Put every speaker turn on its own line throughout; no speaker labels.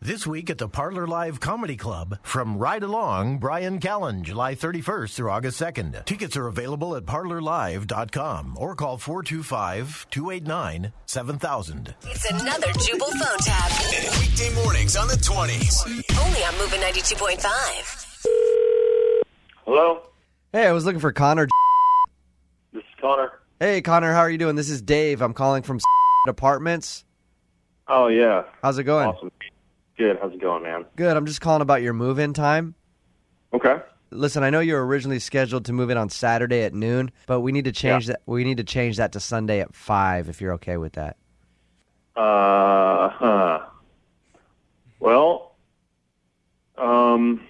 This week at the Parlor Live Comedy Club from Ride Along Brian Callen, July 31st through August 2nd. Tickets are available at parlorlive.com or call 425 289 7000.
It's another Jubal phone tab.
Weekday mornings on the 20s.
Only on Moving 92.5.
Hello,
Hey, I was looking for Connor.
this is Connor.
Hey, Connor, how are you doing? This is Dave. I'm calling from Apartments.
Oh yeah,
How's it going?
awesome. Good. How's it going, man?
Good. I'm just calling about your move in time.
Okay.
Listen, I know you were originally scheduled to move in on Saturday at noon, but we need to change that. We need to change that to Sunday at five. If you're okay with that.
Uh huh. Well, um,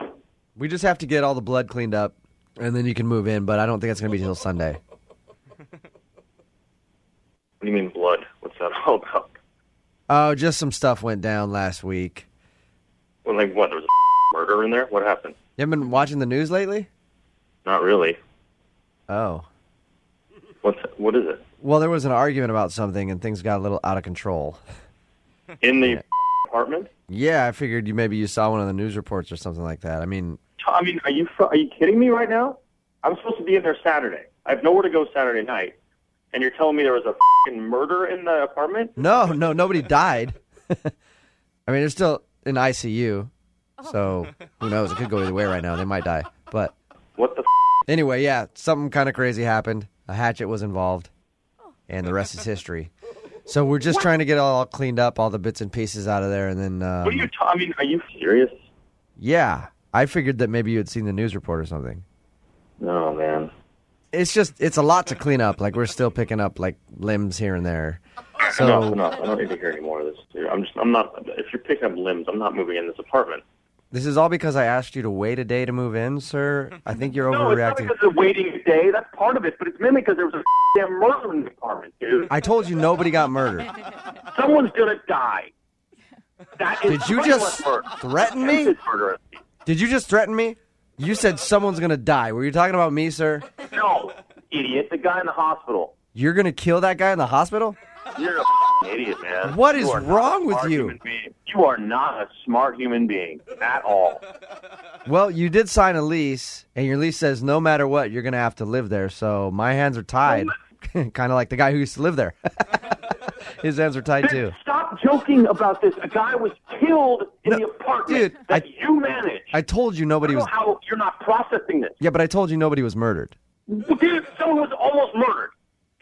We just have to get all the blood cleaned up, and then you can move in. But I don't think it's gonna be till Sunday.
what do you mean blood? What's that all about?
Oh, just some stuff went down last week.
Well, like what? There was a murder in there. What happened?
You haven't been watching the news lately?
Not really.
Oh.
What's what is it?
Well, there was an argument about something, and things got a little out of control.
In the apartment?
Yeah, I figured you maybe you saw one of the news reports or something like that. I mean,
I mean, are you fr- are you kidding me right now? I'm supposed to be in there Saturday. I have nowhere to go Saturday night, and you're telling me there was a fing murder in the apartment?
no, no, nobody died. I mean, they're still in ICU, so who knows? It could go either way right now. They might die. But
What the? F-
anyway, yeah, something kind of crazy happened. A hatchet was involved, and the rest is history. So we're just trying to get it all cleaned up, all the bits and pieces out of there, and then um,
what are you? Ta- I mean, are you serious?
yeah, I figured that maybe you had seen the news report or something.
No, man.
It's just it's a lot to clean up. Like we're still picking up like limbs here and there. So
Enough, enough. I don't need to hear any more of this. dude. I'm just, I'm not. If you're picking up limbs, I'm not moving in this apartment.
This is all because I asked you to wait a day to move in, sir. I think you're overreacting.
of waiting a day. That's part of it, but it's mainly because there was a damn murder in the apartment, dude.
I told you nobody got murdered.
Someone's gonna die. That is
Did you just threaten me?
murder.
Did you just threaten me? You said someone's gonna die. Were you talking about me, sir?
No, idiot. The guy in the hospital.
You're gonna kill that guy in the hospital?
You're a idiot, man.
What is
You are not
wrong
a
with
smart
you?
human being. You are not a smart human being at all.
Well, you did sign a lease, and your lease says no matter what, you're gonna have to live there. So my hands are tied, kind of like the guy who used to live there. His hands are tied too.
Stop joking about this. A guy was killed in the apartment
dude,
that
I-
you managed.
I told you
I
nobody
don't
was.
know how you're not processing this.
Yeah, but I told you nobody was murdered.
Dude, someone was almost murdered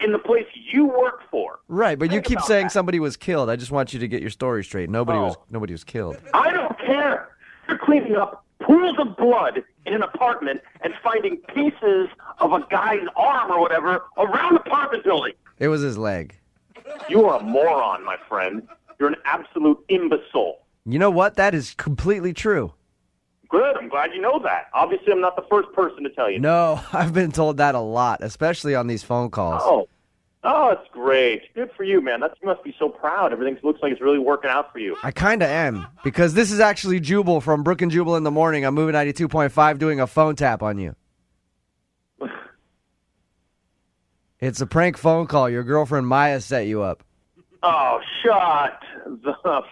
in the place you work for.
Right, but you
Think
keep
about
saying
that.
somebody was killed. I just want you to get your story straight. Nobody was.
Oh.
Nobody was killed.
I don't care. You're cleaning up pools of blood in an apartment and finding pieces of a guy's arm or whatever around the apartment building.
It was his leg.
You are a moron, my friend. You're an absolute imbecile.
You know what? That is completely true.
Good. I'm glad you know that. Obviously, I'm not the first person to tell you.
No, I've been told that a lot, especially on these phone calls.
Oh. Oh, that's great. Good for you, man. That's, you must be so proud. Everything looks like it's really working out for you.
I kind of am because this is actually Jubal from Brook and Jubal in the morning. I'm moving 92.5 doing a phone tap on you. it's a prank phone call. Your girlfriend Maya set you up.
Oh, shut the f-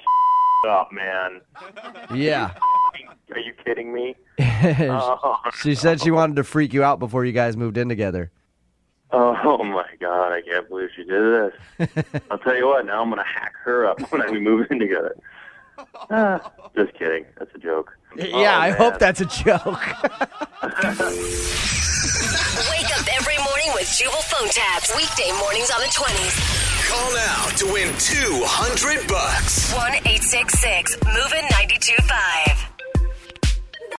up, man.
Yeah.
Are you kidding me? Uh,
she said she wanted to freak you out before you guys moved in together.
Oh my God! I can't believe she did this. I'll tell you what. Now I'm gonna hack her up when we move in together. Ah, just kidding. That's a joke.
yeah,
Oh,
I
man.
hope that's a joke.
Wake up every morning with Jubal phone tabs. Weekday mornings on the 20s.
Call now to win 200 bucks.
1 866 Moving 92.5.